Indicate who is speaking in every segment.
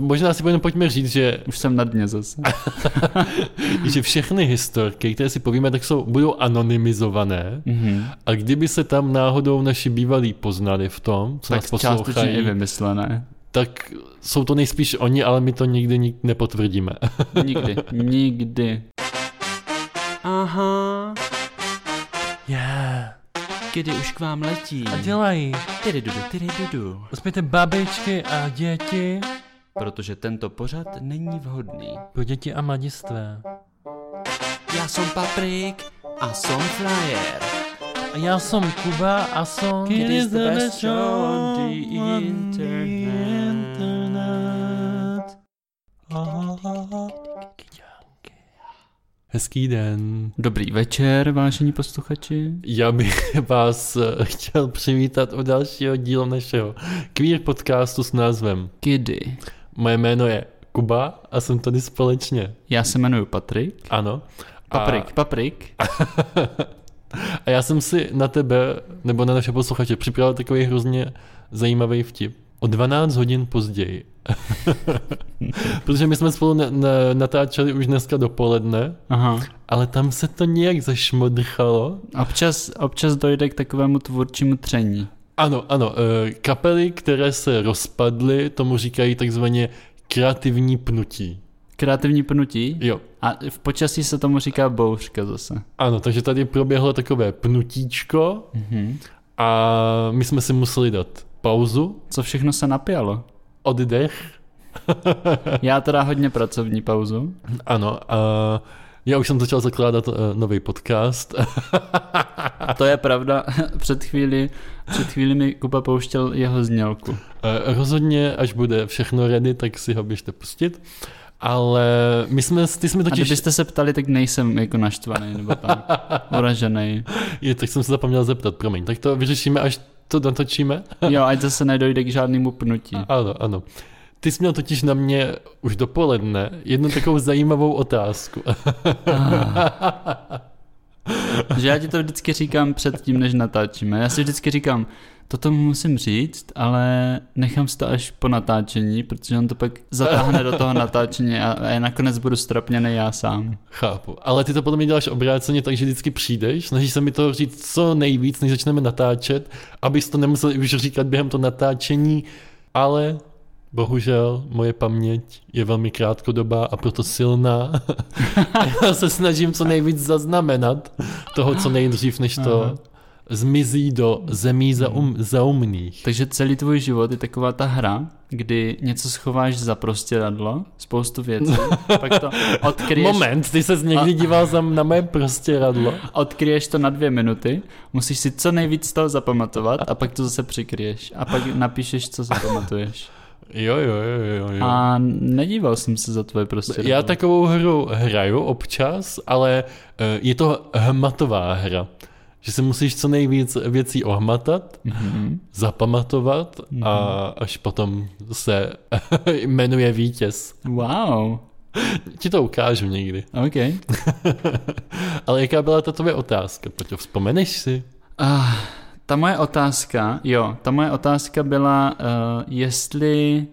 Speaker 1: Možná si jenom pojďme říct, že,
Speaker 2: Už jsem na dně zase.
Speaker 1: že všechny historky, které si povíme, tak jsou, budou anonymizované.
Speaker 2: Mhm.
Speaker 1: A kdyby se tam náhodou naši bývalí poznali v tom, co nás
Speaker 2: Tak částečně i
Speaker 1: poslouchají,
Speaker 2: vymyslené.
Speaker 1: tak jsou to nejspíš oni, ale my to nikdy nik- nepotvrdíme.
Speaker 2: Nikdy. Nikdy.
Speaker 3: Aha,
Speaker 4: Yeah.
Speaker 3: kedy už k vám letí.
Speaker 4: A dělají.
Speaker 3: Tyry dudu, tyry dudu.
Speaker 4: Uspějte babičky a děti
Speaker 3: Protože tento pořad není vhodný.
Speaker 4: pro děti a mladistvé.
Speaker 3: Já jsem Paprik a jsem Flyer.
Speaker 4: A já jsem Kuba a jsem...
Speaker 3: It is the best show on the internet.
Speaker 1: Hezký den.
Speaker 2: Dobrý večer, vážení posluchači.
Speaker 1: Já bych vás eh, chtěl přivítat u dalšího dílu našeho queer podcastu s názvem
Speaker 2: Kdy?
Speaker 1: Moje jméno je Kuba a jsem tady společně.
Speaker 2: Já se jmenuji Patrik.
Speaker 1: Ano.
Speaker 2: Paprik, paprik.
Speaker 1: A já jsem si na tebe, nebo na naše posluchače, připravil takový hrozně zajímavý vtip. O 12 hodin později. Protože my jsme spolu na, na, natáčeli už dneska dopoledne,
Speaker 2: Aha.
Speaker 1: ale tam se to nějak zašmodrchalo.
Speaker 2: Občas, občas dojde k takovému tvůrčímu tření.
Speaker 1: Ano, ano, eh, kapely, které se rozpadly, tomu říkají takzvaně kreativní pnutí.
Speaker 2: Kreativní pnutí.
Speaker 1: Jo,
Speaker 2: A v počasí se tomu říká bouřka zase.
Speaker 1: ano, takže tady proběhlo takové pnutíčko
Speaker 2: Mhm.
Speaker 1: a my jsme si museli dát pauzu,
Speaker 2: Co všechno se napělo?
Speaker 1: oddech
Speaker 2: Já teda hodně pracovní pauzu.
Speaker 1: Ano, uh, já už jsem začal zakládat uh, nový podcast.
Speaker 2: A to je pravda. před, chvíli, před chvíli mi Kuba pouštěl jeho znělku.
Speaker 1: Eh, rozhodně, až bude všechno ready, tak si ho běžte pustit. Ale my jsme, ty jsme
Speaker 2: A
Speaker 1: totiž,
Speaker 2: kdybyste se ptali, tak nejsem jako naštvaný nebo tak uražený.
Speaker 1: je, tak jsem se zapomněl zeptat, promiň, tak to vyřešíme, až to natočíme.
Speaker 2: Jo, ať zase nedojde k žádnému pnutí.
Speaker 1: Ano, ano. Ty jsi měl totiž na mě už dopoledne jednu takovou zajímavou otázku.
Speaker 2: Že já ti to vždycky říkám před tím, než natáčíme. Já si vždycky říkám, toto mu musím říct, ale nechám si to až po natáčení, protože on to pak zatáhne do toho natáčení a, a já nakonec budu strapněný já sám.
Speaker 1: Chápu. Ale ty to podle mě děláš obráceně, takže vždycky přijdeš, snažíš se mi to říct co nejvíc, než začneme natáčet, abys to nemusel už říkat během toho natáčení, ale bohužel moje paměť je velmi krátkodobá a proto silná. Já se snažím co nejvíc zaznamenat toho, co nejdřív, než to
Speaker 2: Aha.
Speaker 1: zmizí do zemí um, zaum, zaumných.
Speaker 2: Takže celý tvůj život je taková ta hra, kdy něco schováš za prostěradlo, spoustu věcí, pak to odkryješ,
Speaker 1: Moment, ty se někdy díval za- na moje prostě prostěradlo.
Speaker 2: odkryješ to na dvě minuty, musíš si co nejvíc z toho zapamatovat a pak to zase přikryješ a pak napíšeš, co zapamatuješ.
Speaker 1: Jo, jo, jo, jo, jo.
Speaker 2: A nedíval jsem se za tvoje prostěradlo.
Speaker 1: Já takovou hru hraju občas, ale eh, je to hmatová hra. Že si musíš co nejvíc věcí ohmatat,
Speaker 2: Mhm.
Speaker 1: zapamatovat a až potom se jmenuje vítěz.
Speaker 2: Wow,
Speaker 1: Ti to ukážu někdy.
Speaker 2: OK.
Speaker 1: Ale jaká byla ta tvoje otázka? Pojď, vzpomeneš si?
Speaker 2: Ah, ta moje otázka, jo, ta moje otázka byla, uh, jestli,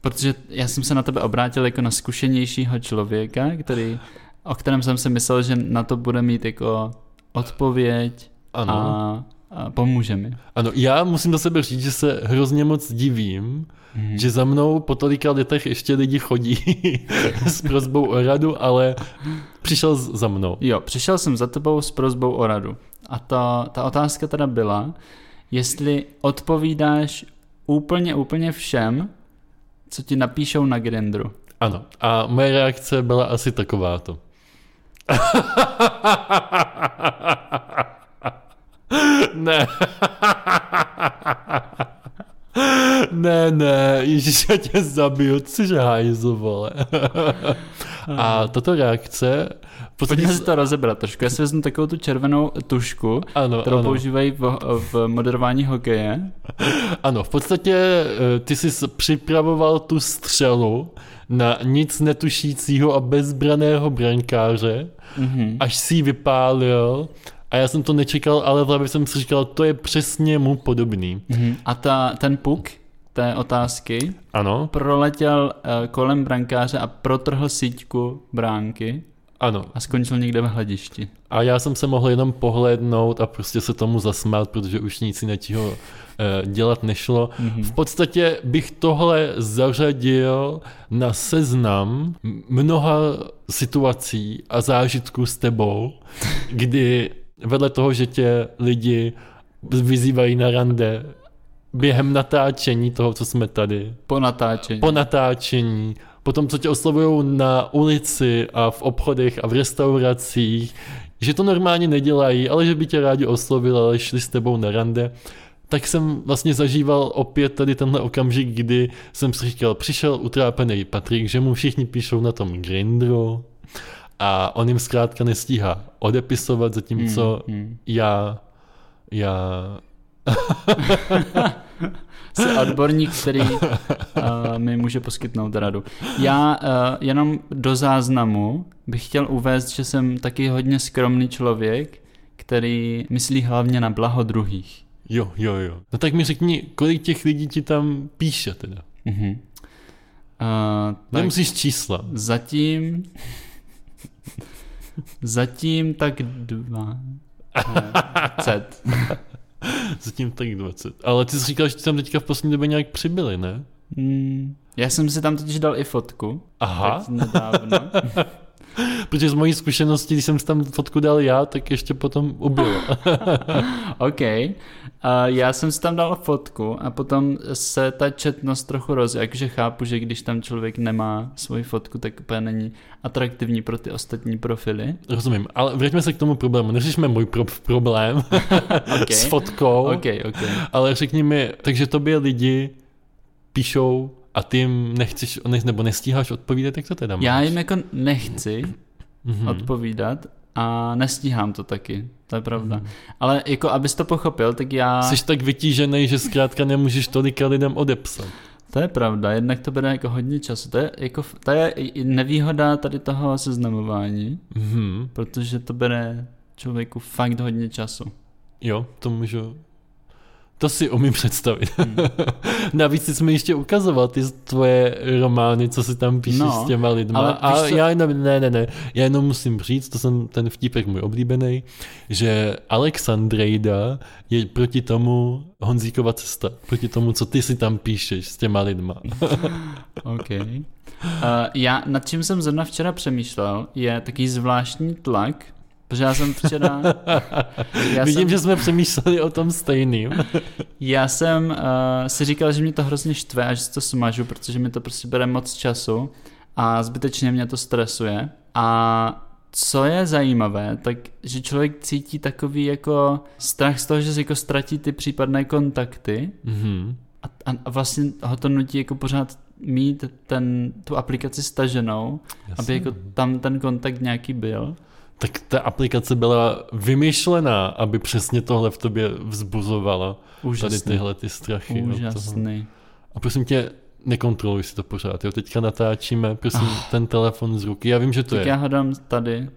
Speaker 2: protože já jsem se na tebe obrátil jako na zkušenějšího člověka, který, o kterém jsem si myslel, že na to bude mít jako odpověď
Speaker 1: Ano. A...
Speaker 2: a, a pomůže mi.
Speaker 1: ano. Já musím do sebe říct, že se hrozně moc divím,
Speaker 2: Mhm.
Speaker 1: že za mnou po tolika letech ještě lidi chodí s prozbou o radu, ale přišel z- za mnou.
Speaker 2: Jo, přišel jsem za tebou s prozbou o radu. A ta, ta otázka teda byla, jestli odpovídáš úplně, úplně všem, co ti napíšou na Grindru.
Speaker 1: Ano. A moje reakce byla asi takováto. ne. ne, ne, Ježíš, já tě zabiju, což hajzu, vole. A tato reakce... V podstatě,
Speaker 2: Pojďme si to rozebrat trošku. Já si vezmu takovou tu červenou tušku,
Speaker 1: ano,
Speaker 2: kterou
Speaker 1: ano,
Speaker 2: používají v, v moderování hokeje.
Speaker 1: ano, v podstatě eh, ty jsi připravoval tu střelu na nic netušícího a bezbraného brankáře,
Speaker 2: Mhm.
Speaker 1: až si ji vypálil a já jsem to nečekal, ale v hlavě jsem si říkal, to je přesně mu podobný.
Speaker 2: Mhm. A ta, ten puk, té otázky
Speaker 1: Ano,
Speaker 2: proletěl eh, kolem brankáře a protrhl síťku bránky
Speaker 1: ano.
Speaker 2: a skončil někde v hledišti.
Speaker 1: A já jsem se mohl jenom pohlédnout a prostě se tomu zasmát, protože už nic jiného eh, dělat nešlo. V podstatě bych tohle zařadil na seznam m- mnoha situací a zážitků s tebou, kdy vedle toho, že tě lidi vyzývají na rande během natáčení toho, co jsme tady,
Speaker 2: Po natáčení.
Speaker 1: po natáčení, po tom, co tě oslovují na ulici a v obchodech a v restauracích, že to normálně nedělají, ale že by tě rádi oslovili, ale šli s tebou na rande, tak jsem vlastně zažíval opět tady tenhle okamžik, kdy jsem si říkal, přišel utrápený Patrik, že mu všichni píšou na tom Grindru a on jim zkrátka nestíhá odepisovat, zatímco
Speaker 2: Hmm, hmm.
Speaker 1: já, já
Speaker 2: Jsi odborník, který uh, mi může poskytnout radu. Já uh, jenom do záznamu bych chtěl uvést, že jsem taky hodně skromný člověk, který myslí hlavně na blaho druhých.
Speaker 1: Jo, jo, jo. No tak mi řekni, kolik těch lidí ti tam píše teda.
Speaker 2: Uh-huh. Uh, Eh, tak
Speaker 1: Nemusíš čísla.
Speaker 2: zatím... zatím tak dva... eh, Cet.
Speaker 1: Zatím tak 20. Ale ty jsi říkal, že ti tam teďka v poslední době nějak přibyli, ne?
Speaker 2: Hmm. Já jsem si tam totiž dal i fotku.
Speaker 1: Aha,
Speaker 2: Teď nedávno.
Speaker 1: protože z mojí zkušenosti, když jsem si tam fotku dal já, tak ještě potom ubylo.
Speaker 2: Ah. OK. A já jsem si tam dal fotku a potom se ta četnost trochu rozjela, takže chápu, že když tam člověk nemá svoji fotku, tak úplně není atraktivní pro ty ostatní profily.
Speaker 1: Rozumím, ale vraťme se k tomu problému. Neřešme můj pro- problém
Speaker 2: OK.
Speaker 1: s fotkou,
Speaker 2: OK, OK.
Speaker 1: ale řekni mi, takže tobě lidi píšou a ty jim nechceš, ne, nebo nestíháš odpovídat, jak to teda máš?
Speaker 2: Já jim jako nechci
Speaker 1: Mhm.
Speaker 2: odpovídat a nestíhám to taky, to je pravda. Ale jako, abys to pochopil, tak já...
Speaker 1: Mhm. Jsi tak vytížený, že zkrátka nemůžeš tolika lidem odepsat.
Speaker 2: To je pravda, jednak to bude jako hodně času. To je, jako, f- to je i- i nevýhoda tady toho seznamování,
Speaker 1: Mhm.
Speaker 2: protože to bere člověku fakt hodně času.
Speaker 1: Jo, to můžu... To si umím představit.
Speaker 2: Hmm.
Speaker 1: Navíc ty jsi mi ještě ukazoval ty tvoje romány, co si tam píšeš
Speaker 2: No,
Speaker 1: s těma lidma.
Speaker 2: ale
Speaker 1: a
Speaker 2: víš co-
Speaker 1: já jenom, ne, ne, ne, já jenom musím říct, to jsem ten vtípek můj oblíbený, že Alexandrejda je proti tomu Honzíkova cesta, proti tomu, co ty si tam píšeš s těma lidma.
Speaker 2: OK. Uh, já nad čím jsem zrovna včera přemýšlel, je takový zvláštní tlak, protože já jsem včera... Já
Speaker 1: Vidím,
Speaker 2: jsem,
Speaker 1: že jsme přemýšleli o tom stejným.
Speaker 2: já jsem uh, si říkal, že mě to hrozně štve a že si to smažu, protože mi to prostě bere moc času a zbytečně mě to stresuje. A co je zajímavé, tak že člověk cítí takový jako strach z toho, že si jako ztratí ty případné kontakty,
Speaker 1: Mhm.
Speaker 2: a, a, a vlastně ho to nutí jako pořád mít ten, tu aplikaci staženou,
Speaker 1: Jasně.
Speaker 2: aby jako tam ten kontakt nějaký byl.
Speaker 1: Tak ta aplikace byla vymyšlená, aby přesně tohle v tobě vzbuzovala.
Speaker 2: Úžasný.
Speaker 1: Tady tyhle ty strachy. od toho.
Speaker 2: Úžasný.
Speaker 1: A prosím tě, nekontroluj si to pořád. Jo? Teďka natáčíme, prosím, ten telefon z ruky. Já vím, že to
Speaker 2: Ah. Tak
Speaker 1: je.
Speaker 2: já ho dám tady.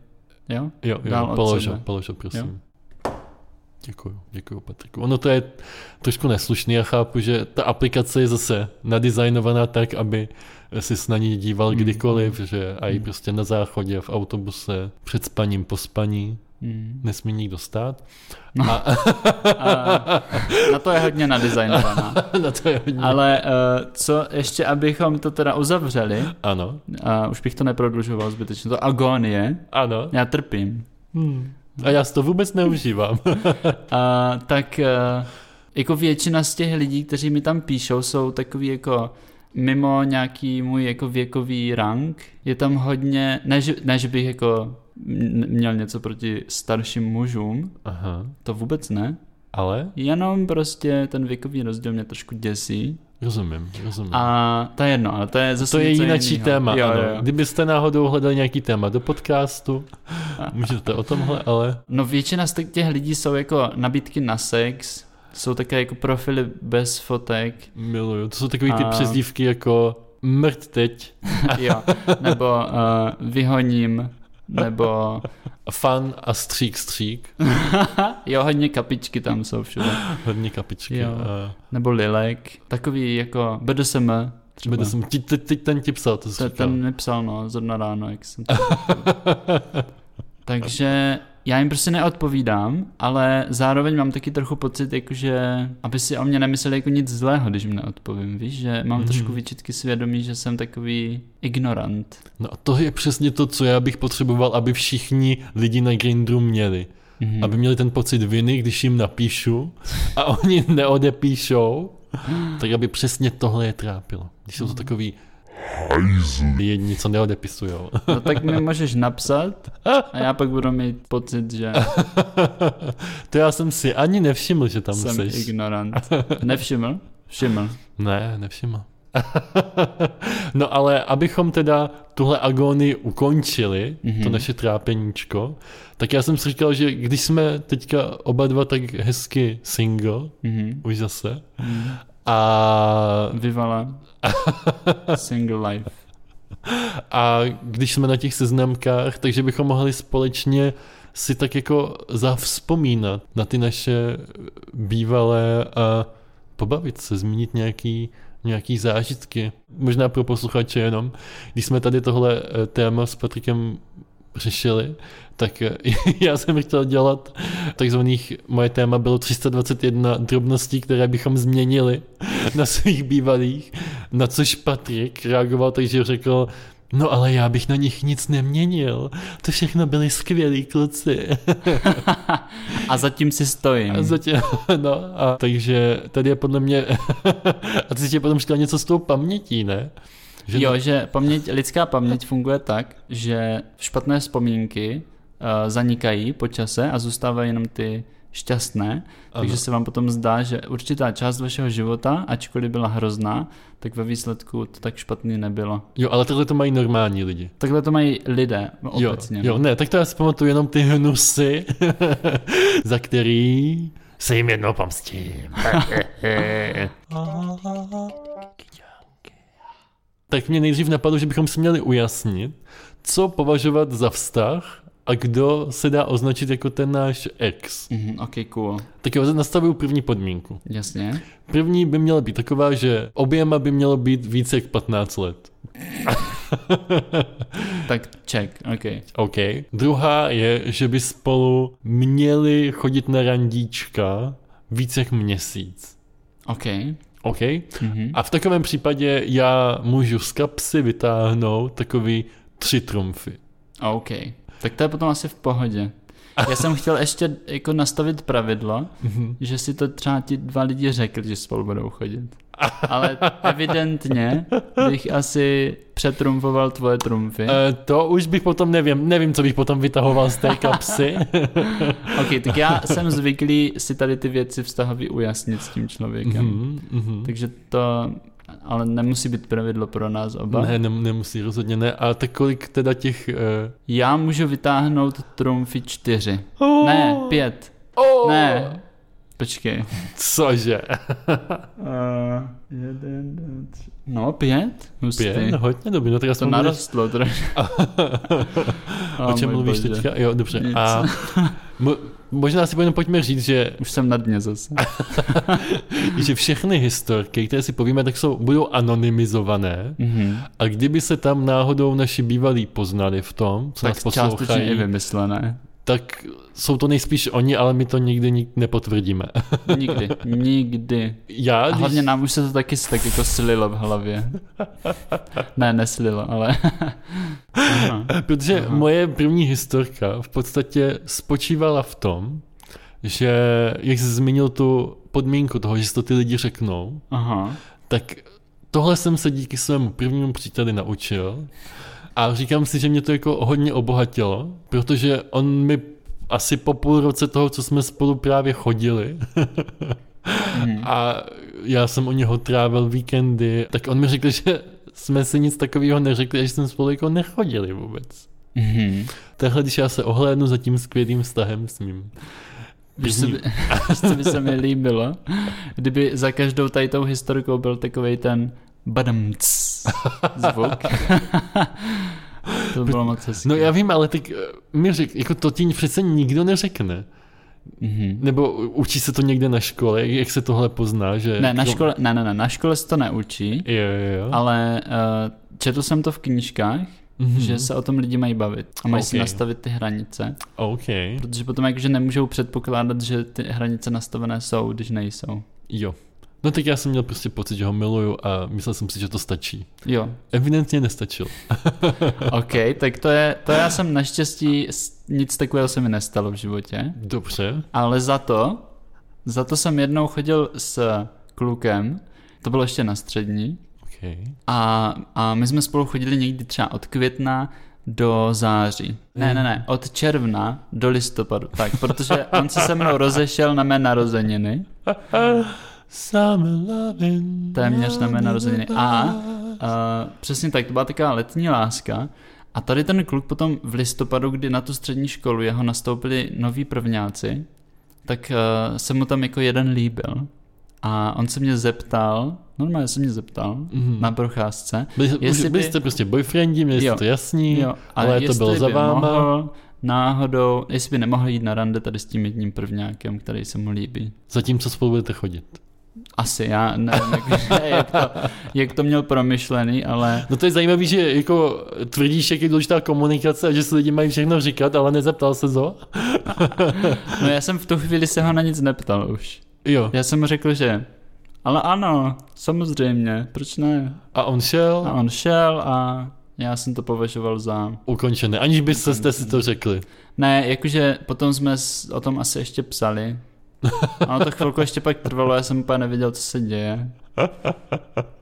Speaker 2: Jo?
Speaker 1: Jo,
Speaker 2: dál
Speaker 1: jo,
Speaker 2: od
Speaker 1: polož ho,
Speaker 2: sebe.
Speaker 1: polož ho, prosím. Děkuju, děkuju Patriku. Ono to je trošku neslušný, já chápu, že ta aplikace je zase nadizajnovaná tak, aby si na ní
Speaker 2: Hmm,
Speaker 1: díval kdykoliv, že a i prostě na záchodě, v autobuse, před spaním, po spaní,
Speaker 2: Mm.
Speaker 1: nesmí nikdo stát.
Speaker 2: No. A, na to je hodně nadizajnovaná.
Speaker 1: na to je hodně.
Speaker 2: Ale uh, co ještě, abychom to teda uzavřeli,
Speaker 1: Ano,
Speaker 2: a už bych to neprodlužoval zbytečně, to agonie,
Speaker 1: ano.
Speaker 2: já trpím, Hmm.
Speaker 1: A já si to vůbec neužívám.
Speaker 2: A, tak eh, jako většina z těch lidí, kteří mi tam píšou, jsou takový jako mimo nějaký můj jako věkový rank. Je tam hodně, ne že, ne, že bych jako m- měl něco proti starším mužům,
Speaker 1: Aha,
Speaker 2: to vůbec ne.
Speaker 1: ale
Speaker 2: Jenom prostě ten věkový rozdíl mě trošku děsí.
Speaker 1: rozumím, rozumím.
Speaker 2: A to je jedno, ale to je zase
Speaker 1: To je
Speaker 2: něco
Speaker 1: jinačí
Speaker 2: jinýho.
Speaker 1: téma,
Speaker 2: Jo,
Speaker 1: ano.
Speaker 2: jo, jo.
Speaker 1: Kdybyste náhodou hledali nějaký téma do podcastu, můžete o tomhle, ale
Speaker 2: No většina z těch lidí jsou jako nabídky na sex, jsou také jako profily bez fotek,
Speaker 1: miluju. To jsou takový ty
Speaker 2: A-
Speaker 1: přezdívky jako mrt teď.
Speaker 2: Jo, nebo uh, eh, vyhoním nebo
Speaker 1: Fan a střík, střík.
Speaker 2: jo, hodně kapičky tam jsou všude,
Speaker 1: Hodně kapičky.
Speaker 2: Jo.
Speaker 1: A
Speaker 2: nebo lilek, takový jako BDSM, třeba.
Speaker 1: Třeba. Jsem, ti, ti, ti, ten ti psal, to jsi
Speaker 2: To
Speaker 1: říkal.
Speaker 2: ten mi psal, no, zrovna ráno, jak jsem to Takže já jim prostě neodpovídám, ale zároveň mám taky trochu pocit, jakože, aby si o mě nemysleli jako nic zlého, když mi neodpovím, víš, že mám
Speaker 1: Mhm.
Speaker 2: trošku výčitky svědomí, že jsem takový ignorant.
Speaker 1: No a to je přesně to, co já bych potřeboval, aby všichni lidi na Grindru měli.
Speaker 2: Mhm.
Speaker 1: Hmm. Aby měli ten pocit viny, když jim napíšu a oni neodepíšou, tak aby přesně tohle je trápilo. Když
Speaker 2: Hmm.
Speaker 1: jsou to takový jedni, co neodepisujou.
Speaker 2: No tak mi můžeš napsat a já pak budu mít pocit, že
Speaker 1: to já jsem si ani nevšiml, že tam
Speaker 2: jsem
Speaker 1: jsi.
Speaker 2: ignorant. Nevšiml? Všiml.
Speaker 1: Ne, nevšiml. no ale abychom teda tuhle agónii ukončili, mm-hmm. to
Speaker 2: Mhm.
Speaker 1: naše trápeníčko, tak já jsem si říkal, že když jsme teďka oba dva tak hezky single,
Speaker 2: Mhm.
Speaker 1: už zase,
Speaker 2: Mhm.
Speaker 1: a,
Speaker 2: Vyvala. Single life.
Speaker 1: a když jsme na těch seznamkách, takže bychom mohli společně si tak jako zavzpomínat na ty naše bývalé a pobavit se, zmínit nějaký, nějaký zážitky. Možná pro posluchače jenom. Když jsme tady tohle eh, téma s Patrikem řešili, tak eh, já jsem chtěl dělat takzvaných, moje téma bylo 321 drobností, které bychom změnili na svých bývalých, na což Patrik reagoval, takže řekl, no ale já bych na nich nic neměnil, to všechno byli skvělí kluci.
Speaker 2: A zatím si stojím.
Speaker 1: A zatím, no, a takže tady je podle mě, a ty jsi potom říkal něco s tou pamětí, ne? Že
Speaker 2: Jo, že paměť, lidská paměť funguje tak, že špatné vzpomínky uh, zanikají po čase a zůstávají jenom ty šťastné, ano. takže se vám potom zdá, že určitá část vašeho života, ačkoliv byla hrozná, tak ve výsledku to tak špatný nebylo.
Speaker 1: jo, ale tohle to mají normální lidi.
Speaker 2: Takhle to mají lidé no,
Speaker 1: Jo,
Speaker 2: obecně.
Speaker 1: jo, ne, tak to já si pamatuju jenom ty hnusy, za který se jim jednou pomstím. tak mě nejdřív napadlo, že bychom si měli ujasnit, co považovat za vztah a kdo se dá označit jako ten náš ex.
Speaker 2: Mhm, ok, cool.
Speaker 1: Tak jo, nastavuju první podmínku.
Speaker 2: Jasně.
Speaker 1: První by měla být taková, že oběma by mělo být více jak 15 let.
Speaker 2: Tak check, ok.
Speaker 1: OK. Druhá je, že by spolu měli chodit na randíčka více jak měsíc.
Speaker 2: Ok.
Speaker 1: OK?
Speaker 2: Mhm.
Speaker 1: A v takovém případě já můžu z kapsy vytáhnout takový tři trumfy.
Speaker 2: OK, tak to je potom asi v pohodě. Já jsem chtěl ještě jako nastavit pravidlo, že si to třeba ti dva lidi řekli, že spolu budou chodit. Ale evidentně bych asi přetrumfoval tvoje trumfy.
Speaker 1: E, to už bych potom nevím, nevím, co bych potom vytahoval z té kapsy.
Speaker 2: Ok, tak já jsem zvyklý si tady ty věci vztahově ujasnit s tím člověkem.
Speaker 1: Mhm, mhm.
Speaker 2: Takže to ale nemusí být pravidlo pro nás oba.
Speaker 1: Ne, ne, nemusí, rozhodně ne. A tak kolik teda těch... eh,
Speaker 2: Já můžu vytáhnout trumfy čtyři. Ne, pět. Ne. Počkej.
Speaker 1: Oh! Cože?
Speaker 2: Uh, jeden, dva, tři. No, pět? Hustý.
Speaker 1: Pět, hodně dobrý, no tak
Speaker 2: To
Speaker 1: aspoň budeš-
Speaker 2: narostlo trošku.
Speaker 1: O čem
Speaker 2: můj
Speaker 1: mluvíš
Speaker 2: bože.
Speaker 1: teďka? Jo, dobře.
Speaker 2: Nic.
Speaker 1: A mo- možná si jenom pojďme říct, že,
Speaker 2: Už jsem na dně zase.
Speaker 1: že všechny historky, které si povíme, tak jsou, budou anonymizované.
Speaker 2: Mhm.
Speaker 1: A kdyby se tam náhodou naši bývalí poznali v tom, co nás
Speaker 2: Tak částečně i
Speaker 1: poslouchají,
Speaker 2: vymyslené.
Speaker 1: tak jsou to nejspíš oni, ale my to nikdy nik- nepotvrdíme.
Speaker 2: Nikdy, nikdy.
Speaker 1: Já,
Speaker 2: A
Speaker 1: když...
Speaker 2: hlavně nám už se to taky tak jako slilo v hlavě. Ne, neslilo, ale... Aha.
Speaker 1: Protože
Speaker 2: Aha.
Speaker 1: moje první historka v podstatě spočívala v tom, že, jak jsi zmínil tu podmínku toho, že si to ty lidi řeknou,
Speaker 2: Aha.
Speaker 1: Tak tohle jsem se díky svému prvnímu příteli naučil a říkám si, že mě to jako hodně obohatilo, protože on mi asi po půl roce toho, co jsme spolu právě chodili
Speaker 2: Mhm.
Speaker 1: a já jsem u něho trávil víkendy, tak on mi řekl, že jsme si nic takového neřekli, a že jsme spolu jako nechodili vůbec.
Speaker 2: Mhm.
Speaker 1: Takhle, když já se ohlédnu za tím skvělým vztahem s ním.
Speaker 2: Víš, co by, víš, co by se mi líbilo? Kdyby za každou tady tou historikou byl takový ten badamc zvuk. To bylo moc hezké.
Speaker 1: No já vím, ale tak eh, mi řek, jako to ti přece nikdo neřekne.
Speaker 2: Mhm.
Speaker 1: Nebo učí se to někde na škole, jak se tohle pozná, že...
Speaker 2: Ne, na škole, ne, ne, ne, na škole se to neučí,
Speaker 1: Jo, jo, jo.
Speaker 2: ale uh, četl jsem to v knížkách,
Speaker 1: Mhm.
Speaker 2: že se o tom lidi mají bavit a mají si
Speaker 1: Ok.
Speaker 2: nastavit ty hranice,
Speaker 1: OK.
Speaker 2: protože potom jakože nemůžou předpokládat, že ty hranice nastavené jsou, když nejsou.
Speaker 1: Jo. No tak já jsem měl prostě pocit, že ho miluju a myslel jsem si, že to stačí.
Speaker 2: Jo,
Speaker 1: Evidentně nestačil.
Speaker 2: ok, tak to je, to já jsem naštěstí, s- nic takového se mi nestalo v životě,
Speaker 1: Dobře.
Speaker 2: ale za to, za to jsem jednou chodil s klukem, to bylo ještě na střední,
Speaker 1: OK.
Speaker 2: A, a my jsme spolu chodili někdy třeba od května do září. Ne, ne, ne, od června do listopadu. Tak, protože on se se mnou rozešel na mé narozeniny.
Speaker 1: Summer loving.
Speaker 2: Téměř na mé narozeniny. A uh, přesně tak, to byla taková letní láska. A tady ten kluk potom v listopadu, kdy na tu střední školu jeho nastoupili noví prvňáci, tak uh, se mu tam jako jeden líbil. A on se mě zeptal, normálně se mě zeptal
Speaker 1: Mhm.
Speaker 2: mm-hmm. na procházce,
Speaker 1: Byli,
Speaker 2: jestli
Speaker 1: jestli byli
Speaker 2: by-
Speaker 1: jste prostě boyfriendi, měli jste
Speaker 2: Jo.
Speaker 1: to jasný,
Speaker 2: Jo,
Speaker 1: ale, to
Speaker 2: jestli
Speaker 1: bylo za
Speaker 2: by
Speaker 1: váma.
Speaker 2: Mohl, náhodou, jestli by nemohl jít na rande tady s tím jedním prvňákem, který se mu líbí.
Speaker 1: Zatímco spolu budete chodit.
Speaker 2: Asi, já nevím, jak, jak, to, jak to měl promyšlený, ale
Speaker 1: No to je zajímavé, že jako tvrdíš, jak je důležitá komunikace a že si lidi mají všechno říkat, ale nezeptal se zo.
Speaker 2: no já jsem v tu chvíli se ho na nic neptal už.
Speaker 1: Jo.
Speaker 2: Já jsem mu řekl, že ale ano, samozřejmě, proč ne?
Speaker 1: A on šel,
Speaker 2: A on šel a já jsem to považoval za...
Speaker 1: ukončené, aniž byste jste si to řekli.
Speaker 2: Ne, jakože potom jsme s- o tom asi ještě psali. Ono to chvilku ještě pak trvalo, já jsem úplně nevěděl, co se děje.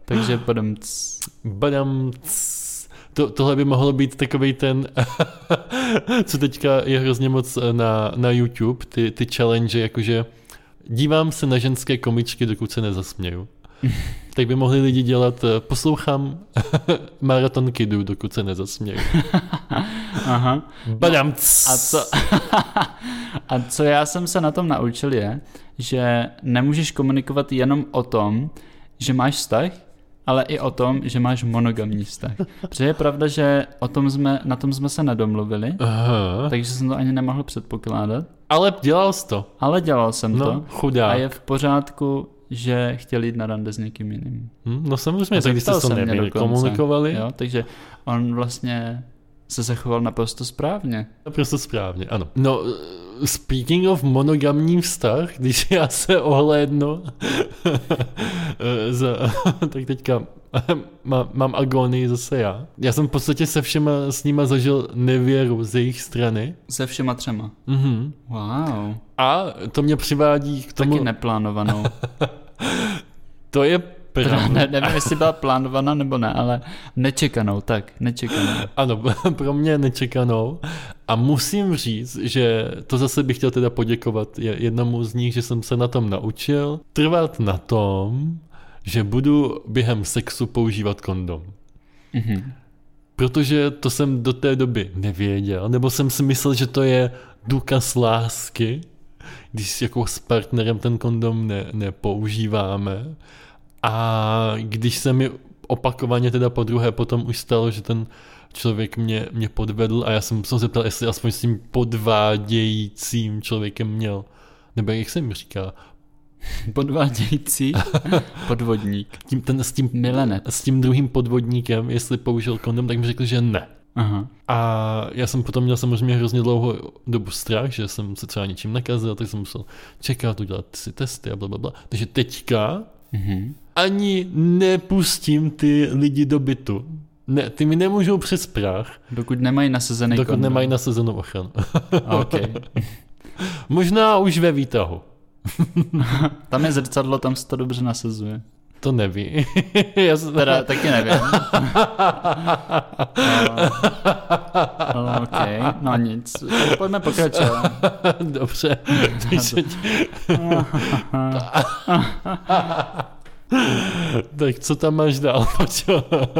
Speaker 2: Takže potom... Cs.
Speaker 1: Badam, cs. to, tohle by mohlo být takový ten, co teďka je hrozně moc eh, na, na YouTube, ty, ty challenge, jakože dívám se na ženské komičky, dokud se nezasměju. tak by mohli lidi dělat, eh, poslouchám maraton kidů, dokud se nezasměju.
Speaker 2: Aha.
Speaker 1: Badam,
Speaker 2: No, A co, a co já jsem se na tom naučil je, že nemůžeš komunikovat jenom o tom, že máš vztah, ale i o tom, že máš monogamní vztah. Protože je pravda, že o tom jsme, na tom jsme se nedomluvili,
Speaker 1: Aha.
Speaker 2: takže jsem to ani nemohl předpokládat,
Speaker 1: Ale dělal jsi to.
Speaker 2: ale dělal jsem
Speaker 1: No,
Speaker 2: to.
Speaker 1: chudá.
Speaker 2: A je v pořádku, že chtěl jít na rande s někým jiným.
Speaker 1: Hm, No samozřejmě, tak když jste
Speaker 2: Zeptal
Speaker 1: to
Speaker 2: se mě
Speaker 1: nevěděli,
Speaker 2: dokonce,
Speaker 1: komunikovali,
Speaker 2: Jo, takže on vlastně se zachoval naprosto správně.
Speaker 1: Naprosto správně, ano. No, eh, speaking of monogamní vztah, když já se ohlédnu, eh, za, tak teďka mám, mám agonii zase já. Já jsem v podstatě se všema s nima zažil nevěru z jejich strany.
Speaker 2: Se všema třema.
Speaker 1: Mhm.
Speaker 2: Wow.
Speaker 1: A to mě přivádí k tomu,
Speaker 2: Taky neplánovanou.
Speaker 1: to je
Speaker 2: Teda
Speaker 1: pravda.
Speaker 2: ne, nevím, jestli byla plánovaná nebo ne, ale nečekanou, tak, nečekanou.
Speaker 1: Ano, pro mě nečekanou. A musím říct, že to zase bych chtěl teda poděkovat je- jednomu z nich, že jsem se na tom naučil trvat na tom, že budu během sexu používat kondom.
Speaker 2: Mhm.
Speaker 1: Protože to jsem do té doby nevěděl, nebo jsem si myslel, že to je důkaz lásky, když jako s partnerem ten kondom ne, nepoužíváme. A když se mi opakovaně teda po druhé potom už stalo, že ten člověk mě, mě podvedl a já jsem se ho zeptal, jestli aspoň s tím podvádějícím člověkem měl, nebo jak se mi říká,
Speaker 2: Podvádějící podvodník.
Speaker 1: tím, ten, s, tím,
Speaker 2: Milenec.
Speaker 1: s tím druhým podvodníkem, jestli použil kondom, tak mi řekl, že ne.
Speaker 2: Aha.
Speaker 1: A já jsem potom měl samozřejmě hrozně dlouho dobu strach, že jsem se třeba něčím nakazil, tak jsem musel čekat, udělat si testy a blablabla. Takže teďka
Speaker 2: Mhm.
Speaker 1: ani nepustím ty lidi do bytu. Ne, ty mi nemůžou přes prach,
Speaker 2: Dokud nemají nasazený
Speaker 1: dokud
Speaker 2: kondom.
Speaker 1: nemají nasazenou ochranu.
Speaker 2: OK.
Speaker 1: Možná už ve výtahu.
Speaker 2: Tam je zrcadlo, tam se to dobře nasazuje.
Speaker 1: To neví. já se
Speaker 2: Teda taky nevím. ale, ale OK, no nic. Pojďme pokračovat.
Speaker 1: Dobře. Takže... tak co tam máš dál?
Speaker 2: Uh,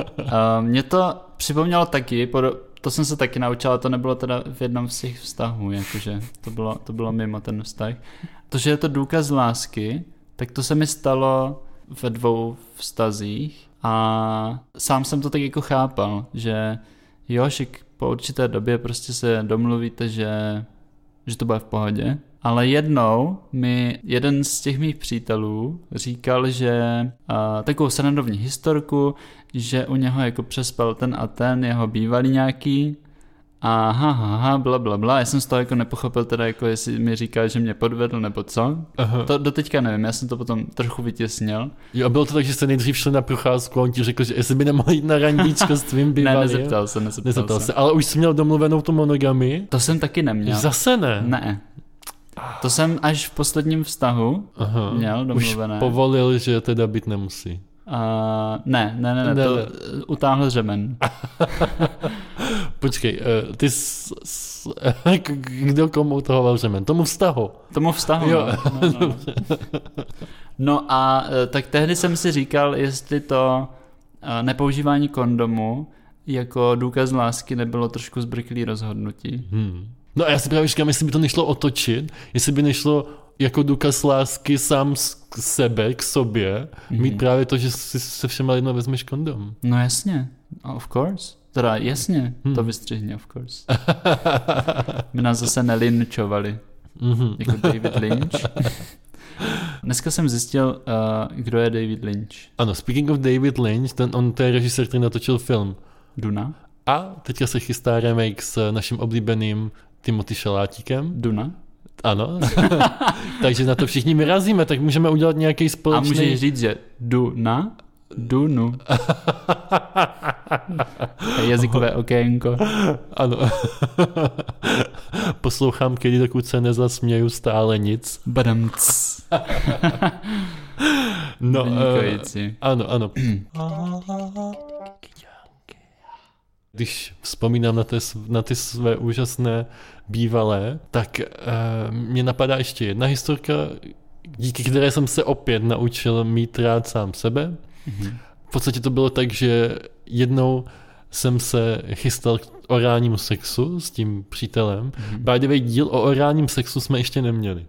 Speaker 2: mě to připomnělo taky, podo- to jsem se taky naučil, ale to nebylo teda v jednom z těch vztahů, jakože to bylo, to bylo mimo ten vztah. To, že je to důkaz lásky, tak to se mi stalo ve dvou vztazích a sám jsem to tak jako chápal, že jo, že k- po určité době prostě se domluvíte, že, že to bude v pohodě. Ale jednou mi jeden z těch mých přítelů říkal, že uh, takovou srandovní historku, že u něho jako přespal ten a ten, jeho bývalý nějaký, a ha, ha, ha, bla, bla, bla. Já jsem z toho jako nepochopil teda, jako jestli mi říká, že mě podvedl nebo co.
Speaker 1: Aha.
Speaker 2: To doteďka nevím, já jsem to potom trochu vytěsnil.
Speaker 1: Jo, a bylo to tak, že jste nejdřív šli na procházku a on ti řekl, že jestli by nemohl jít na randíčko s tvým
Speaker 2: Ne,
Speaker 1: bývalým.
Speaker 2: nezeptal se, nezeptal,
Speaker 1: Nezeptal se, ale už jsi měl domluvenou tu monogamii?
Speaker 2: To jsem taky neměl.
Speaker 1: Zase ne.
Speaker 2: Ne. To jsem až v posledním vztahu
Speaker 1: Aha.
Speaker 2: měl
Speaker 1: Už
Speaker 2: domluvené.
Speaker 1: povolil, že teda být nemusí.
Speaker 2: A ne, ne, ne,
Speaker 1: Ne,
Speaker 2: ne, to
Speaker 1: ne.
Speaker 2: utáhl řemen.
Speaker 1: Počkej, eh, ty s, s, k- kdo komu utahoval řemen? Tomu vztahu.
Speaker 2: Tomu vztahu.
Speaker 1: Jo.
Speaker 2: No, no, no, no. no a eh, tak tehdy jsem si říkal, jestli to eh, nepoužívání kondomu jako důkaz lásky nebylo trošku zbrklý rozhodnutí.
Speaker 1: Hmm. No a já si právě říkám, jestli by to nešlo otočit, jestli by nešlo jako důkaz lásky sám z k sebe, k sobě, mm-hmm. mít právě to, že si se všema jedno vezmeš kondom.
Speaker 2: No jasně, of course. Teda jasně,
Speaker 1: Hmm.
Speaker 2: to vystřihni, of course. By nás zase nelinčovali.
Speaker 1: Mhm.
Speaker 2: jako David Lynch. Dneska jsem zjistil, eh, kdo je David Lynch.
Speaker 1: Ano, speaking of David Lynch, ten, on to je režisér, který natočil film.
Speaker 2: Duna?
Speaker 1: A teďka se chystá remake s naším oblíbeným Timothy Šalátíkem.
Speaker 2: Duna?
Speaker 1: Ano. Takže na to všichni my razíme, tak můžeme udělat nějaký
Speaker 2: A
Speaker 1: společný...
Speaker 2: můžeš říct, že Duna? Dunu. To je Jazykové okénko.
Speaker 1: Ano. Poslouchám, kdy dokud se nezasměju stále nic.
Speaker 2: Badamc.
Speaker 1: No, eh,
Speaker 2: Vynikající.
Speaker 1: ano, ano. Když vzpomínám na, té, sv- na ty své úžasné bývalé, tak uh, mě napadá ještě jedna historka, díky které jsem se opět naučil mít rád sám sebe.
Speaker 2: Mhm.
Speaker 1: V podstatě to bylo tak, že jednou jsem se chystal k orálnímu sexu s tím přítelem.
Speaker 2: Mhm.
Speaker 1: By the way, díl o orálním sexu jsme ještě neměli.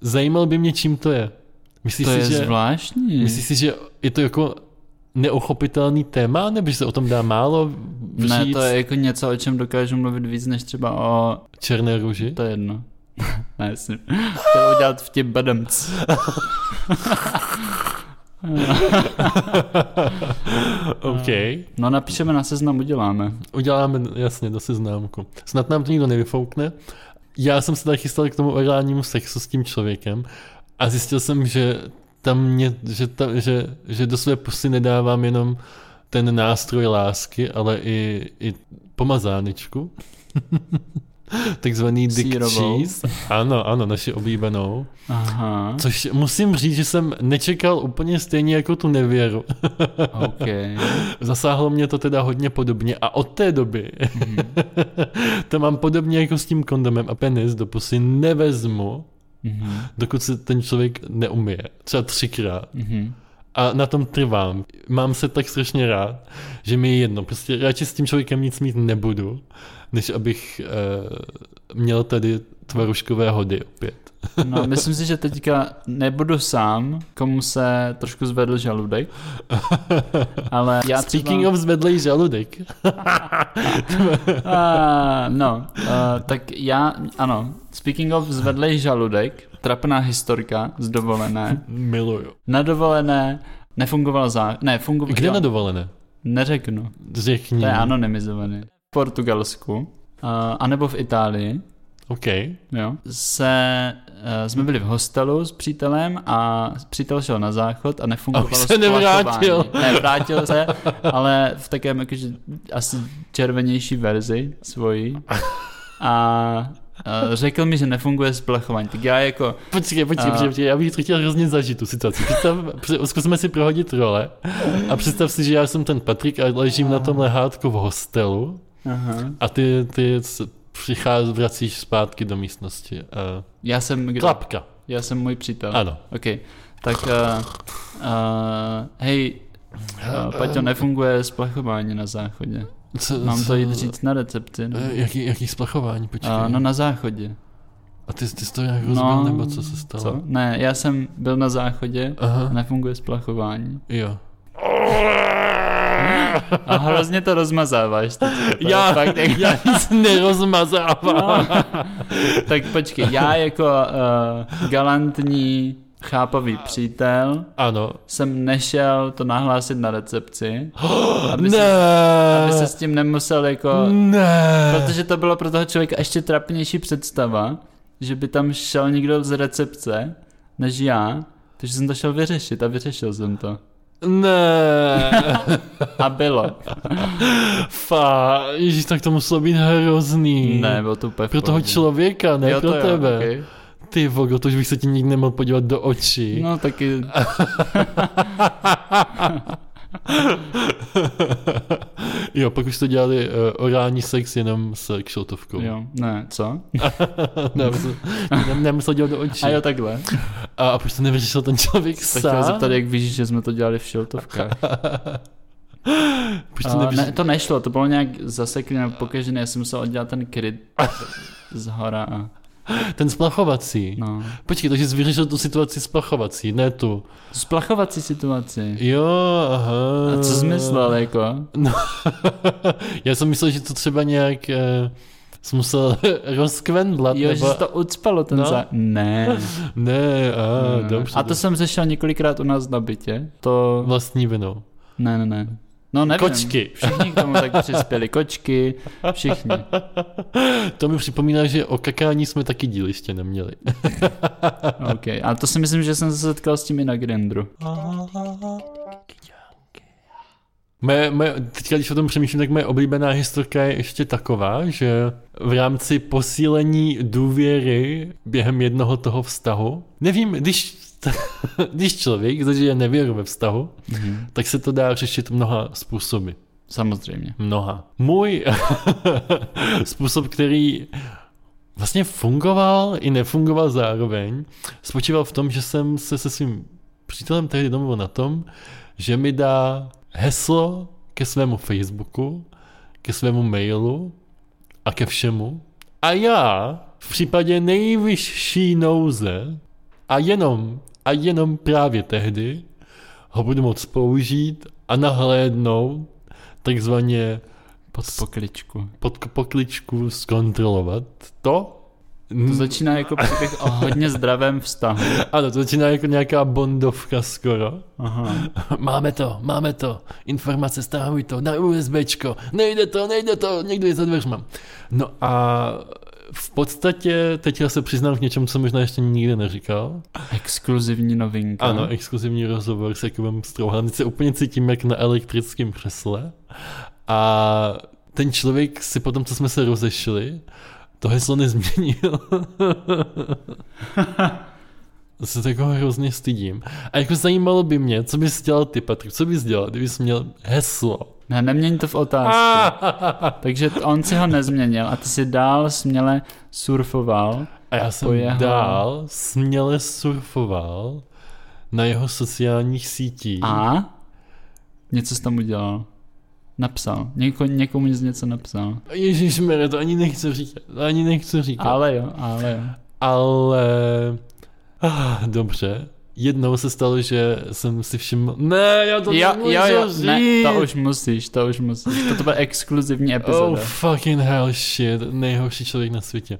Speaker 1: Zajímal by mě, čím to je. Myslíš
Speaker 2: To
Speaker 1: si,
Speaker 2: je
Speaker 1: že...
Speaker 2: zvláštní.
Speaker 1: Myslíš si, že je to jako neochopitelný téma, nebo že se o tom dá málo říct?
Speaker 2: Ne, to je jako něco, o čem dokážu mluvit víc, než třeba o...
Speaker 1: Černé růži?
Speaker 2: To je jedno. ne, jasně. Chtěl udělat vtip badamc.
Speaker 1: OK.
Speaker 2: No napíšeme na seznam, uděláme.
Speaker 1: Uděláme, jasně, do seznámku. Snad nám to nikdo nevyfoukne. Já jsem se tady chystal k tomu orálnímu sexu s tím člověkem a zjistil jsem, že tam mě, že, ta, že, že do své pusy nedávám jenom ten nástroj lásky, ale i, i pomazáničku. Takzvaný dick
Speaker 2: Sírovou.
Speaker 1: cheese. Ano, ano, naši oblíbenou.
Speaker 2: Aha,
Speaker 1: Což musím říct, že jsem nečekal úplně stejně jako tu nevěru.
Speaker 2: OK.
Speaker 1: Zasáhlo mě to teda hodně podobně a od té doby to mám podobně jako s tím kondomem a penis do pusy nevezmu,
Speaker 2: Mhm,
Speaker 1: dokud se ten člověk neumije. Třeba třikrát.
Speaker 2: mhm.
Speaker 1: A na tom trvám. Mám se tak strašně rád, že mi je jedno. Prostě radši s tím člověkem nic mít nebudu, než abych eh, měl tady tvaruškové hody opět.
Speaker 2: No, myslím si, že teďka nebudu sám, komu se trošku zvedl žaludek, ale já třeba...
Speaker 1: Speaking of zvedlej žaludek.
Speaker 2: Ah, no, uh, tak já, ano, speaking of zvedlej žaludek, trapná historka z dovolené.
Speaker 1: Miluju.
Speaker 2: Na dovolené nefungoval zá... Ne, fungoval...
Speaker 1: Kde
Speaker 2: jo,
Speaker 1: na Mhm. dovolené?
Speaker 2: Neřeknu.
Speaker 1: Řekni.
Speaker 2: To je anonymizovaný. V Portugalsku, uh, anebo v Itálii,
Speaker 1: OK.
Speaker 2: jo, se, uh, jsme byli v hostelu s přítelem a přítel šel na záchod a nefungovalo
Speaker 1: A už se nevrátil.
Speaker 2: splašování. Ne, vrátil se, ale v takém jakože asi červenější verzi svojí. A uh, řekl mi, že nefunguje splachování. Tak já jako,
Speaker 1: Počkej, počkej,
Speaker 2: A-
Speaker 1: počkej, počkej, já bych to chtěl hrozně zažít tu situaci. Představ, při- zkusme si prohodit role a představ si, že já jsem ten Patrik a ležím na tom lehátku v hostelu
Speaker 2: aha.
Speaker 1: a ty, ty s- přichází, vracíš zpátky do místnosti. A...
Speaker 2: já jsem, kdo?
Speaker 1: Klapka,
Speaker 2: já jsem můj přítel.
Speaker 1: ano.
Speaker 2: OK, tak uh, uh, hej, uh, Paťo, nefunguje splachování na záchodě.
Speaker 1: Co,
Speaker 2: Mám
Speaker 1: co-
Speaker 2: to jít říct na recepci. ne?
Speaker 1: eh, Jaký, jaký splachování, počkej.
Speaker 2: A, no na záchodě.
Speaker 1: A ty, ty jsi to nějak rozbil,
Speaker 2: No,
Speaker 1: nebo co se stalo?
Speaker 2: Co? Ne, já jsem byl na záchodě
Speaker 1: Aha.
Speaker 2: a nefunguje splachování.
Speaker 1: Jo.
Speaker 2: A hrozně to rozmazáváš. Teď, to
Speaker 1: Já-
Speaker 2: je fakt, jak, No.
Speaker 1: Já nic nerozmazávám.
Speaker 2: Tak počkej, já jako uh, galantní chápavý přítel
Speaker 1: Ano.
Speaker 2: jsem nešel to nahlásit na recepci, aby,
Speaker 1: Ne.
Speaker 2: se, aby se s tím nemusel jako...
Speaker 1: Ne.
Speaker 2: Protože to bylo pro toho člověka ještě trapnější představa, že by tam šel někdo z recepce, než já, takže jsem to šel vyřešit a vyřešil jsem to.
Speaker 1: Ne.
Speaker 2: A bylo.
Speaker 1: Fá. Ježíš, tak to muselo být hrozný.
Speaker 2: Ne, bylo to úplně v
Speaker 1: Pro toho
Speaker 2: pohodě.
Speaker 1: člověka, ne
Speaker 2: Jo,
Speaker 1: pro
Speaker 2: to jo,
Speaker 1: tebe.
Speaker 2: okej.
Speaker 1: Ty vogo, to už bych se ti nikdy nemohl podívat do očí.
Speaker 2: No taky
Speaker 1: jo, pak už to dělali uh, orální sex jenom s kšiltovkou.
Speaker 2: Jo, ne, co?
Speaker 1: nemusel, ne, nemusel dělat do očí.
Speaker 2: A jo, takhle.
Speaker 1: A, a proč to nevyřešil ten člověk
Speaker 2: Tak chtěl
Speaker 1: sám?
Speaker 2: zeptat, jak víš, že jsme to dělali v šiltovkách.
Speaker 1: proč to
Speaker 2: A,
Speaker 1: nevyřešil?
Speaker 2: ne, to nešlo, to bylo nějak zasekli nebo pokažené, já jsem musel oddělat ten kryt z hora a
Speaker 1: Ten splachovací.
Speaker 2: no.
Speaker 1: Počkej, takže jsi vyřešil tu situaci splachovací, ne tu.
Speaker 2: Splachovací situaci.
Speaker 1: Jo, aha.
Speaker 2: A co jsi myslel, jako?
Speaker 1: Já jsem myslel, že to třeba nějak eh, jsi musel rozkvendlat.
Speaker 2: Jo, že
Speaker 1: nebo...
Speaker 2: jsi to ucpalo ten
Speaker 1: No.
Speaker 2: no. za... Ne.
Speaker 1: Ne, a,
Speaker 2: ne.
Speaker 1: dobře.
Speaker 2: Hmm. a to jsem řešil několikrát u nás na bytě. To...
Speaker 1: Vlastní vinou.
Speaker 2: Ne, ne, ne. No nevím.
Speaker 1: Kočky.
Speaker 2: Všichni k tomu tak přispěli. Kočky, všichni.
Speaker 1: To mi připomíná, že o kakání jsme taky díl ještě neměli.
Speaker 2: OK. A to si myslím, že jsem se setkal s tím i na Grindru.
Speaker 1: Moje, moje, teďka, když o tom přemýšlím, tak moje oblíbená historka je ještě taková, že v rámci posílení důvěry během jednoho toho vztahu, nevím, když, když člověk zažije nevěru ve vztahu,
Speaker 2: Mhm.
Speaker 1: tak se to dá řešit mnoha způsoby.
Speaker 2: Samozřejmě.
Speaker 1: Mnoha. Můj způsob, který vlastně fungoval i nefungoval zároveň, spočíval v tom, že jsem se se svým přítelem tehdy domluvil na tom, že mi dá heslo ke svému Facebooku, ke svému mailu a ke všemu. A já v případě nejvyšší nouze a jenom, a jenom právě tehdy ho budu moct použít a nahlédnout takzvaně
Speaker 2: Pod pokličku.
Speaker 1: pod pokličku zkontrolovat to. Mm.
Speaker 2: To začíná jako příběh o hodně zdravém vztahu.
Speaker 1: Ano, to začíná jako nějaká bondovka skoro.
Speaker 2: Aha.
Speaker 1: Máme to, máme to, informace, stahuj to, na USBčko, nejde to, nejde to, někdo je za dveřma. No a v podstatě teď já se přiznám k něčemu, co možná ještě nikdy neříkal.
Speaker 2: Exkluzivní novinka.
Speaker 1: Ano, exkluzivní rozhovor s Jakubem Strouhanem. Teď se úplně cítím jak na elektrickém křesle. A ten člověk si potom, co jsme se rozešli, to heslo nezměnil. Já se takového hrozně stydím. A jako zajímalo by mě, co bys dělal ty, Patrik, co bys dělal, kdybys měl heslo.
Speaker 2: Ne, neměň to v otázce. Takže t- on si ho nezměnil a ty si dál směle surfoval.
Speaker 1: A já jsem
Speaker 2: po jeho-
Speaker 1: dál směle surfoval na jeho sociálních sítích.
Speaker 2: A něco jsi tam udělal. Napsal. Něko, někomu jsi něco napsal.
Speaker 1: Ježíš to ani nechci říkat, to ani nechci říkat.
Speaker 2: Ale jo, ale jo.
Speaker 1: Ale... Ah, dobře. Jednou se stalo, že jsem si všiml... Ne, já to
Speaker 2: Jo,
Speaker 1: nemůžu
Speaker 2: jo, jo,
Speaker 1: říct.
Speaker 2: ne, to už musíš, to už musíš. Toto bude exkluzivní epizoda.
Speaker 1: Oh fucking hell shit, nejhorší člověk na světě.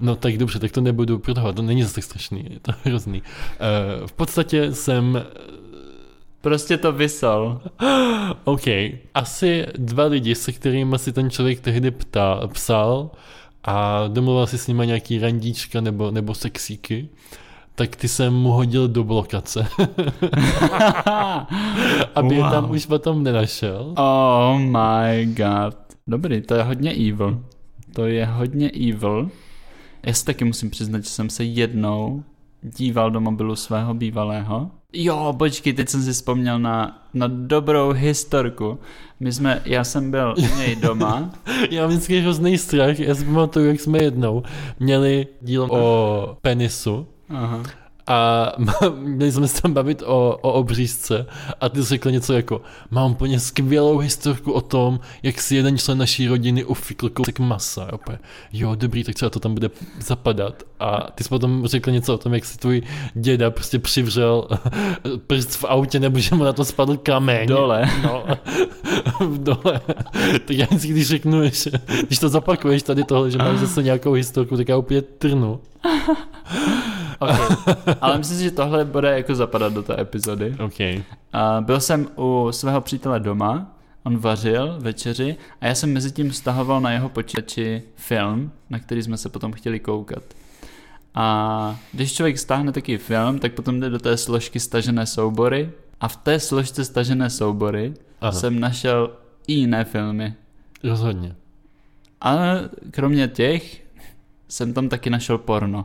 Speaker 1: No tak dobře, tak to nebudu protahovat, to není zase tak strašný, je to hrozný. Uh, v podstatě jsem,
Speaker 2: Prostě to vysel.
Speaker 1: OK, asi dva lidi, se kterými si ten člověk tehdy ptá, psal a domluvil si s nimi nějaký randíčka nebo, nebo sexíky, tak ty jsem mu hodil do blokace. aby wow. je tam
Speaker 2: Wow.
Speaker 1: už potom nenašel.
Speaker 2: Oh my god. Dobrý, to je hodně evil. To je hodně evil. Já si taky musím přiznat, že jsem se jednou díval do mobilu svého bývalého. Jo, počkej, teď jsem si vzpomněl na, na dobrou historku. My jsme, já jsem byl u něj doma.
Speaker 1: Já mám vždycky hrozný strach, já si pamatuju, jak jsme jednou měli díl o penisu
Speaker 2: Aha.
Speaker 1: a měli jsme se tam bavit o, o obřízce a ty jsi řekl něco jako mám po ně skvělou historku o tom, jak si jeden člen naší rodiny ufikl kousek masa. A opět, jo, dobrý, tak třeba to tam bude zapadat. A ty jsi potom řekl něco o tom, jak si tvůj děda prostě přivřel prst v autě, nebo že mu na to spadl kameň.
Speaker 2: Dole.
Speaker 1: No, v dole. Tak já vždycky, když řeknu, že, když to zapakuješ tady tohle, že máš zase nějakou historku, tak já úplně trnu.
Speaker 2: Okay. Ale myslím si, že tohle bude jako zapadat do té epizody.
Speaker 1: OK.
Speaker 2: A byl jsem u svého přítele doma, on vařil večeři a já jsem mezi tím stahoval na jeho počítači film, na který jsme se potom chtěli koukat. A když člověk stáhne takový film, tak potom jde do té složky stažené soubory a v té složce stažené soubory
Speaker 1: Aha.
Speaker 2: jsem našel i jiné filmy.
Speaker 1: Rozhodně.
Speaker 2: A kromě těch jsem tam taky našel porno.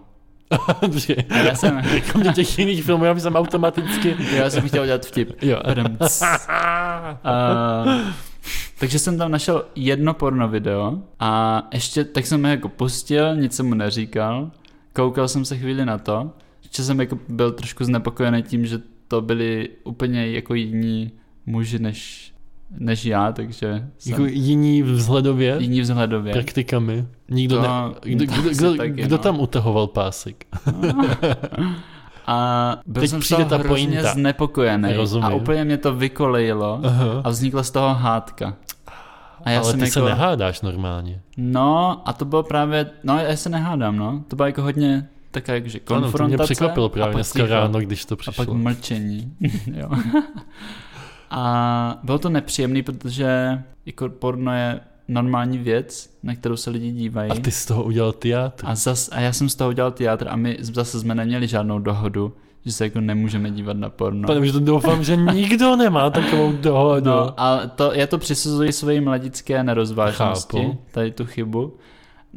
Speaker 1: Dobře.
Speaker 2: Já jsem,
Speaker 1: Kromě těch jiných filmů, já jsem automaticky...
Speaker 2: já jsem chtěl udělat vtip.
Speaker 1: Jo.
Speaker 2: Prmc. Uh, takže jsem tam našel jedno porno video a ještě tak jsem ho jako pustil, nic jsem mu neříkal, koukal jsem se chvíli na to, že jsem jako byl trošku znepokojený tím, že to byli úplně jako jiní muži než, než já, takže jsem
Speaker 1: Jako jiní vzhledově,
Speaker 2: jiní vzhledově.
Speaker 1: praktikami. Nikdo
Speaker 2: To-
Speaker 1: ne... Kdo,
Speaker 2: to
Speaker 1: kdo,
Speaker 2: asi
Speaker 1: kdo,
Speaker 2: taky,
Speaker 1: kdo
Speaker 2: no.
Speaker 1: tam utahoval pásek?
Speaker 2: A byl
Speaker 1: Teď
Speaker 2: jsem z
Speaker 1: přijde
Speaker 2: toho
Speaker 1: ta
Speaker 2: hrozně
Speaker 1: pointa.
Speaker 2: znepokojený
Speaker 1: Rozumím.
Speaker 2: a úplně mě to vykolejilo
Speaker 1: Aha.
Speaker 2: a vznikla z toho hádka. A já
Speaker 1: Ale
Speaker 2: jsem
Speaker 1: ty
Speaker 2: jako...
Speaker 1: se nehádáš normálně.
Speaker 2: No a to bylo právě, no já se nehádám, no. To bylo jako hodně taká jakože
Speaker 1: Ano, to
Speaker 2: konfrontace.
Speaker 1: mě překvapilo
Speaker 2: a
Speaker 1: právě
Speaker 2: pak
Speaker 1: dneska
Speaker 2: ticho.
Speaker 1: ráno, když to
Speaker 2: A
Speaker 1: přišlo.
Speaker 2: pak mlčení, jo. A bylo to nepříjemný, protože jako porno je normální věc, na kterou se lidi dívají.
Speaker 1: A ty z toho udělal teátr.
Speaker 2: a, zas, a já jsem z toho udělal teátr a my zase jsme neměli žádnou dohodu, že se jako nemůžeme dívat na porno.
Speaker 1: Pane, že to doufám, že nikdo nemá takovou dohodu.
Speaker 2: No, a to, já to přisuzuji své mladické nerozvážnosti,
Speaker 1: Chápu.
Speaker 2: tady tu chybu.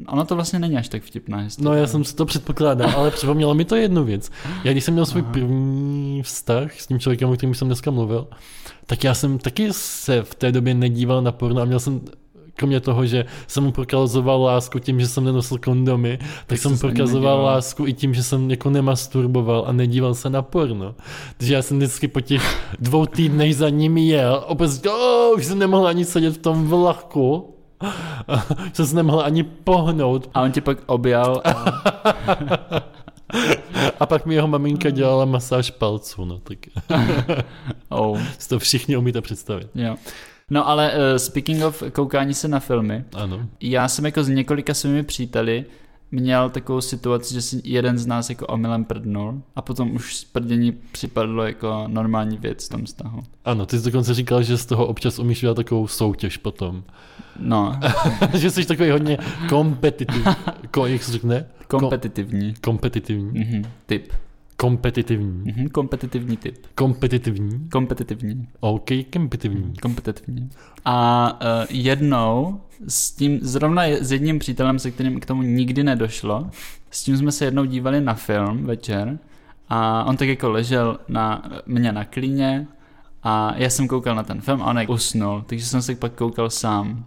Speaker 2: Ono to vlastně není až tak vtipná historie.
Speaker 1: No já jsem si to předpokládal, ale připomnělo mi to jednu věc. Já když jsem měl svůj první vztah s tím člověkem, o kterém jsem dneska mluvil, tak já jsem taky se v té době nedíval na porno a měl jsem kromě toho, že jsem mu prokazoval lásku tím, že jsem nenosil kondomy, tak, tak
Speaker 2: jste
Speaker 1: jsem
Speaker 2: se ani
Speaker 1: prokazoval
Speaker 2: nedíval.
Speaker 1: lásku i tím, že jsem jako nemasturboval a nedíval se na porno. Takže já jsem vždycky po těch dvou týdnech za ním jel, opět říkal, "Oh, už jsem nemohl ani sedět v tom vlaku, že jsem nemohl ani pohnout,
Speaker 2: A on tě pak objal a
Speaker 1: A pak mi jeho maminka dělala masáž palců, no tak
Speaker 2: oh,
Speaker 1: si to všichni umíte představit.
Speaker 2: jo. No ale uh, speaking of koukání se na filmy,
Speaker 1: Ano.
Speaker 2: já jsem jako s několika svými příteli měl takovou situaci, že si jeden z nás jako omylem prdnul a potom už sprdění připadlo jako normální věc v tom vztahu.
Speaker 1: Ano, ty jsi dokonce říkal, že z toho občas umíš dělat takovou soutěž potom.
Speaker 2: No,
Speaker 1: že jsi takový hodně kompetitivní. Ko, jak se řekne?
Speaker 2: kompetitivní.
Speaker 1: Kompetitivní.
Speaker 2: Mhm, typ.
Speaker 1: Kompetitivní.
Speaker 2: Mhm, kompetitivní typ.
Speaker 1: Kompetitivní.
Speaker 2: Kompetitivní.
Speaker 1: OK, kompetitivní.
Speaker 2: Kompetitivní. A uh, jednou s tím, zrovna je- s jedním přítelem, se kterým k tomu nikdy nedošlo, s tím jsme se jednou dívali na film večer a on tak jako ležel na mě na klíně a já jsem koukal na ten film a on jak usnul, takže jsem se pak koukal sám.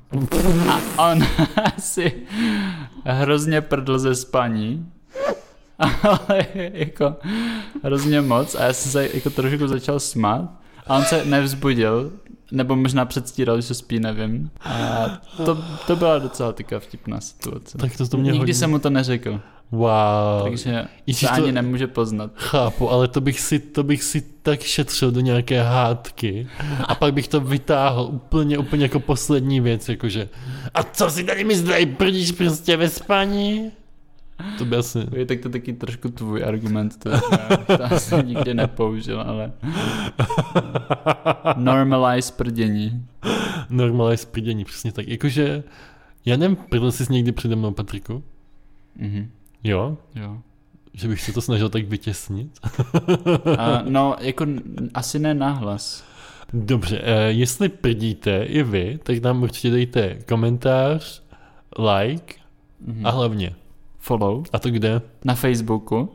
Speaker 2: A on si hrozně prdl ze spaní. Ale jako hrozně moc a já jsem se jako trošku začal smát a on se nevzbudil, nebo možná předstíral, že spí, nevím. A to, to byla docela taková vtipná situace.
Speaker 1: Tak to, to mě
Speaker 2: Nikdy
Speaker 1: hodně...
Speaker 2: jsem mu to neřekl,
Speaker 1: Wow.
Speaker 2: takže
Speaker 1: Ježíš,
Speaker 2: se
Speaker 1: to-
Speaker 2: ani nemůže poznat.
Speaker 1: Chápu, ale to bych, si, to bych si tak šetřil do nějaké hádky a pak bych to vytáhl úplně, úplně jako poslední věc, jakože a co si tady mi zdaj prdíš prostě ve spaní? To by asi...
Speaker 2: Je tak to taky trošku tvůj argument, to, já, to asi nikdy nepoužil, ale normalize prdění.
Speaker 1: Normálně sprdění, přesně tak. Jakože, já nevím, prdl jsi někdy přede mnou, Patriku?
Speaker 2: Mhm,
Speaker 1: Jo?
Speaker 2: jo.
Speaker 1: Že bych se to snažil tak vytěsnit?
Speaker 2: A, no, jako n- asi ne nahlas.
Speaker 1: Dobře, eh, jestli prdíte i vy, tak nám určitě dejte komentář, like
Speaker 2: Mhm.
Speaker 1: a hlavně,
Speaker 2: Follow
Speaker 1: a to kde?
Speaker 2: na Facebooku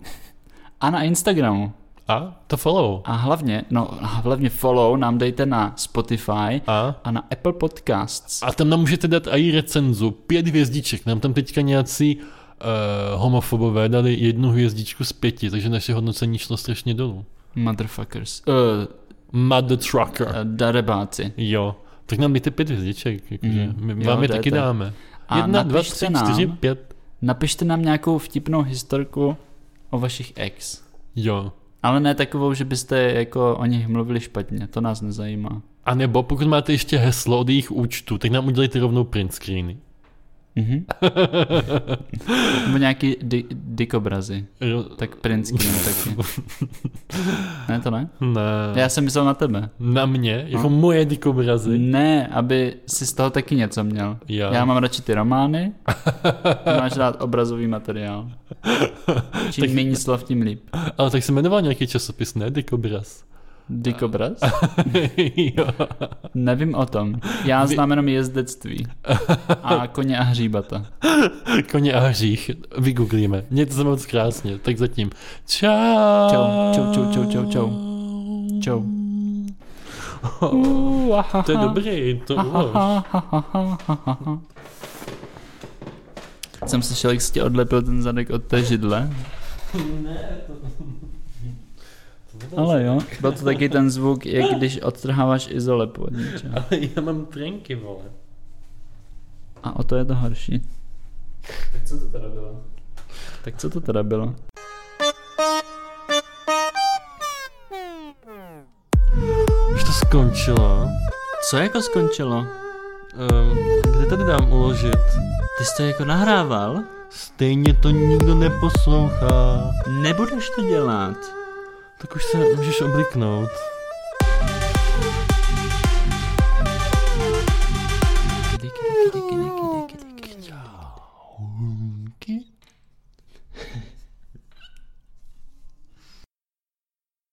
Speaker 2: a na Instagramu.
Speaker 1: A to follow.
Speaker 2: A hlavně, no a hlavně follow nám dejte na Spotify
Speaker 1: A?
Speaker 2: a na Apple Podcasts.
Speaker 1: A tam nám můžete dát i recenzu, pět hvězdiček, nám tam teďka nějací uh, homofobové dali jednu hvězdičku z pěti, takže naše hodnocení šlo strašně dolů.
Speaker 2: Motherfuckers. Uh,
Speaker 1: Mother Trucker.
Speaker 2: darebáci.
Speaker 1: Eh, Jo. Tak nám dejte pět hvězdiček, jakože.
Speaker 2: Mhm.
Speaker 1: My
Speaker 2: Jo,
Speaker 1: vám je
Speaker 2: to je
Speaker 1: taky
Speaker 2: to.
Speaker 1: dáme.
Speaker 2: A
Speaker 1: Jedna, dva,
Speaker 2: napište
Speaker 1: tři,
Speaker 2: nám.
Speaker 1: čtyři, pět.
Speaker 2: Napište nám nějakou vtipnou historku o vašich ex.
Speaker 1: Jo.
Speaker 2: Ale ne takovou, že byste jako o nich mluvili špatně, to nás nezajímá.
Speaker 1: A nebo pokud máte ještě heslo od jejich účtu, tak nám udělejte rovnou print screeny.
Speaker 2: Mhm. Nebo nějaký di- dikobrazy.
Speaker 1: Jo,
Speaker 2: Tak print screen taky. Ne, to ne?
Speaker 1: ne.
Speaker 2: Já jsem myslel na tebe.
Speaker 1: Na mě, jako
Speaker 2: Hm.
Speaker 1: moje dikobrazy.
Speaker 2: Ne, aby si z toho taky něco měl.
Speaker 1: Jo.
Speaker 2: Já mám radši ty romány, ty máš rád obrazový materiál. Čím
Speaker 1: Tak-
Speaker 2: méně slov, tím líp.
Speaker 1: Ale tak se jmenoval nějaký časopis, ne? Dikobraz.
Speaker 2: Dikobraz?
Speaker 1: jo.
Speaker 2: Nevím o tom. Já znám jenom jezdectví. A koně a hříbata.
Speaker 1: Koně a hřích. Vygooglíme. Mějte se moc krásně. Tak zatím. Čau.
Speaker 2: Čau, čau, čau, čau, čau, čau. Čau.
Speaker 1: To je dobrý. To, wow.
Speaker 2: Jsem slyšel, jak jsi ti odlepil ten zadek od té židle. Ale jo, byl to taky ten zvuk, jak když odtrháváš izolepu od něčeho.
Speaker 1: Ale já mám trenky, vole.
Speaker 2: A o to je to horší.
Speaker 1: Tak co to teda bylo?
Speaker 2: Tak co to teda bylo?
Speaker 1: Už to skončilo.
Speaker 2: Co jako skončilo?
Speaker 1: Um, kde tady dám uložit?
Speaker 2: Ty jsi to jako nahrával?
Speaker 1: Stejně to nikdo neposlouchá.
Speaker 2: Nebudeš to dělat.
Speaker 1: Tak už se můžeš obliknout.
Speaker 2: Diky, diky, diky, diky, diky, diky.
Speaker 1: Ki-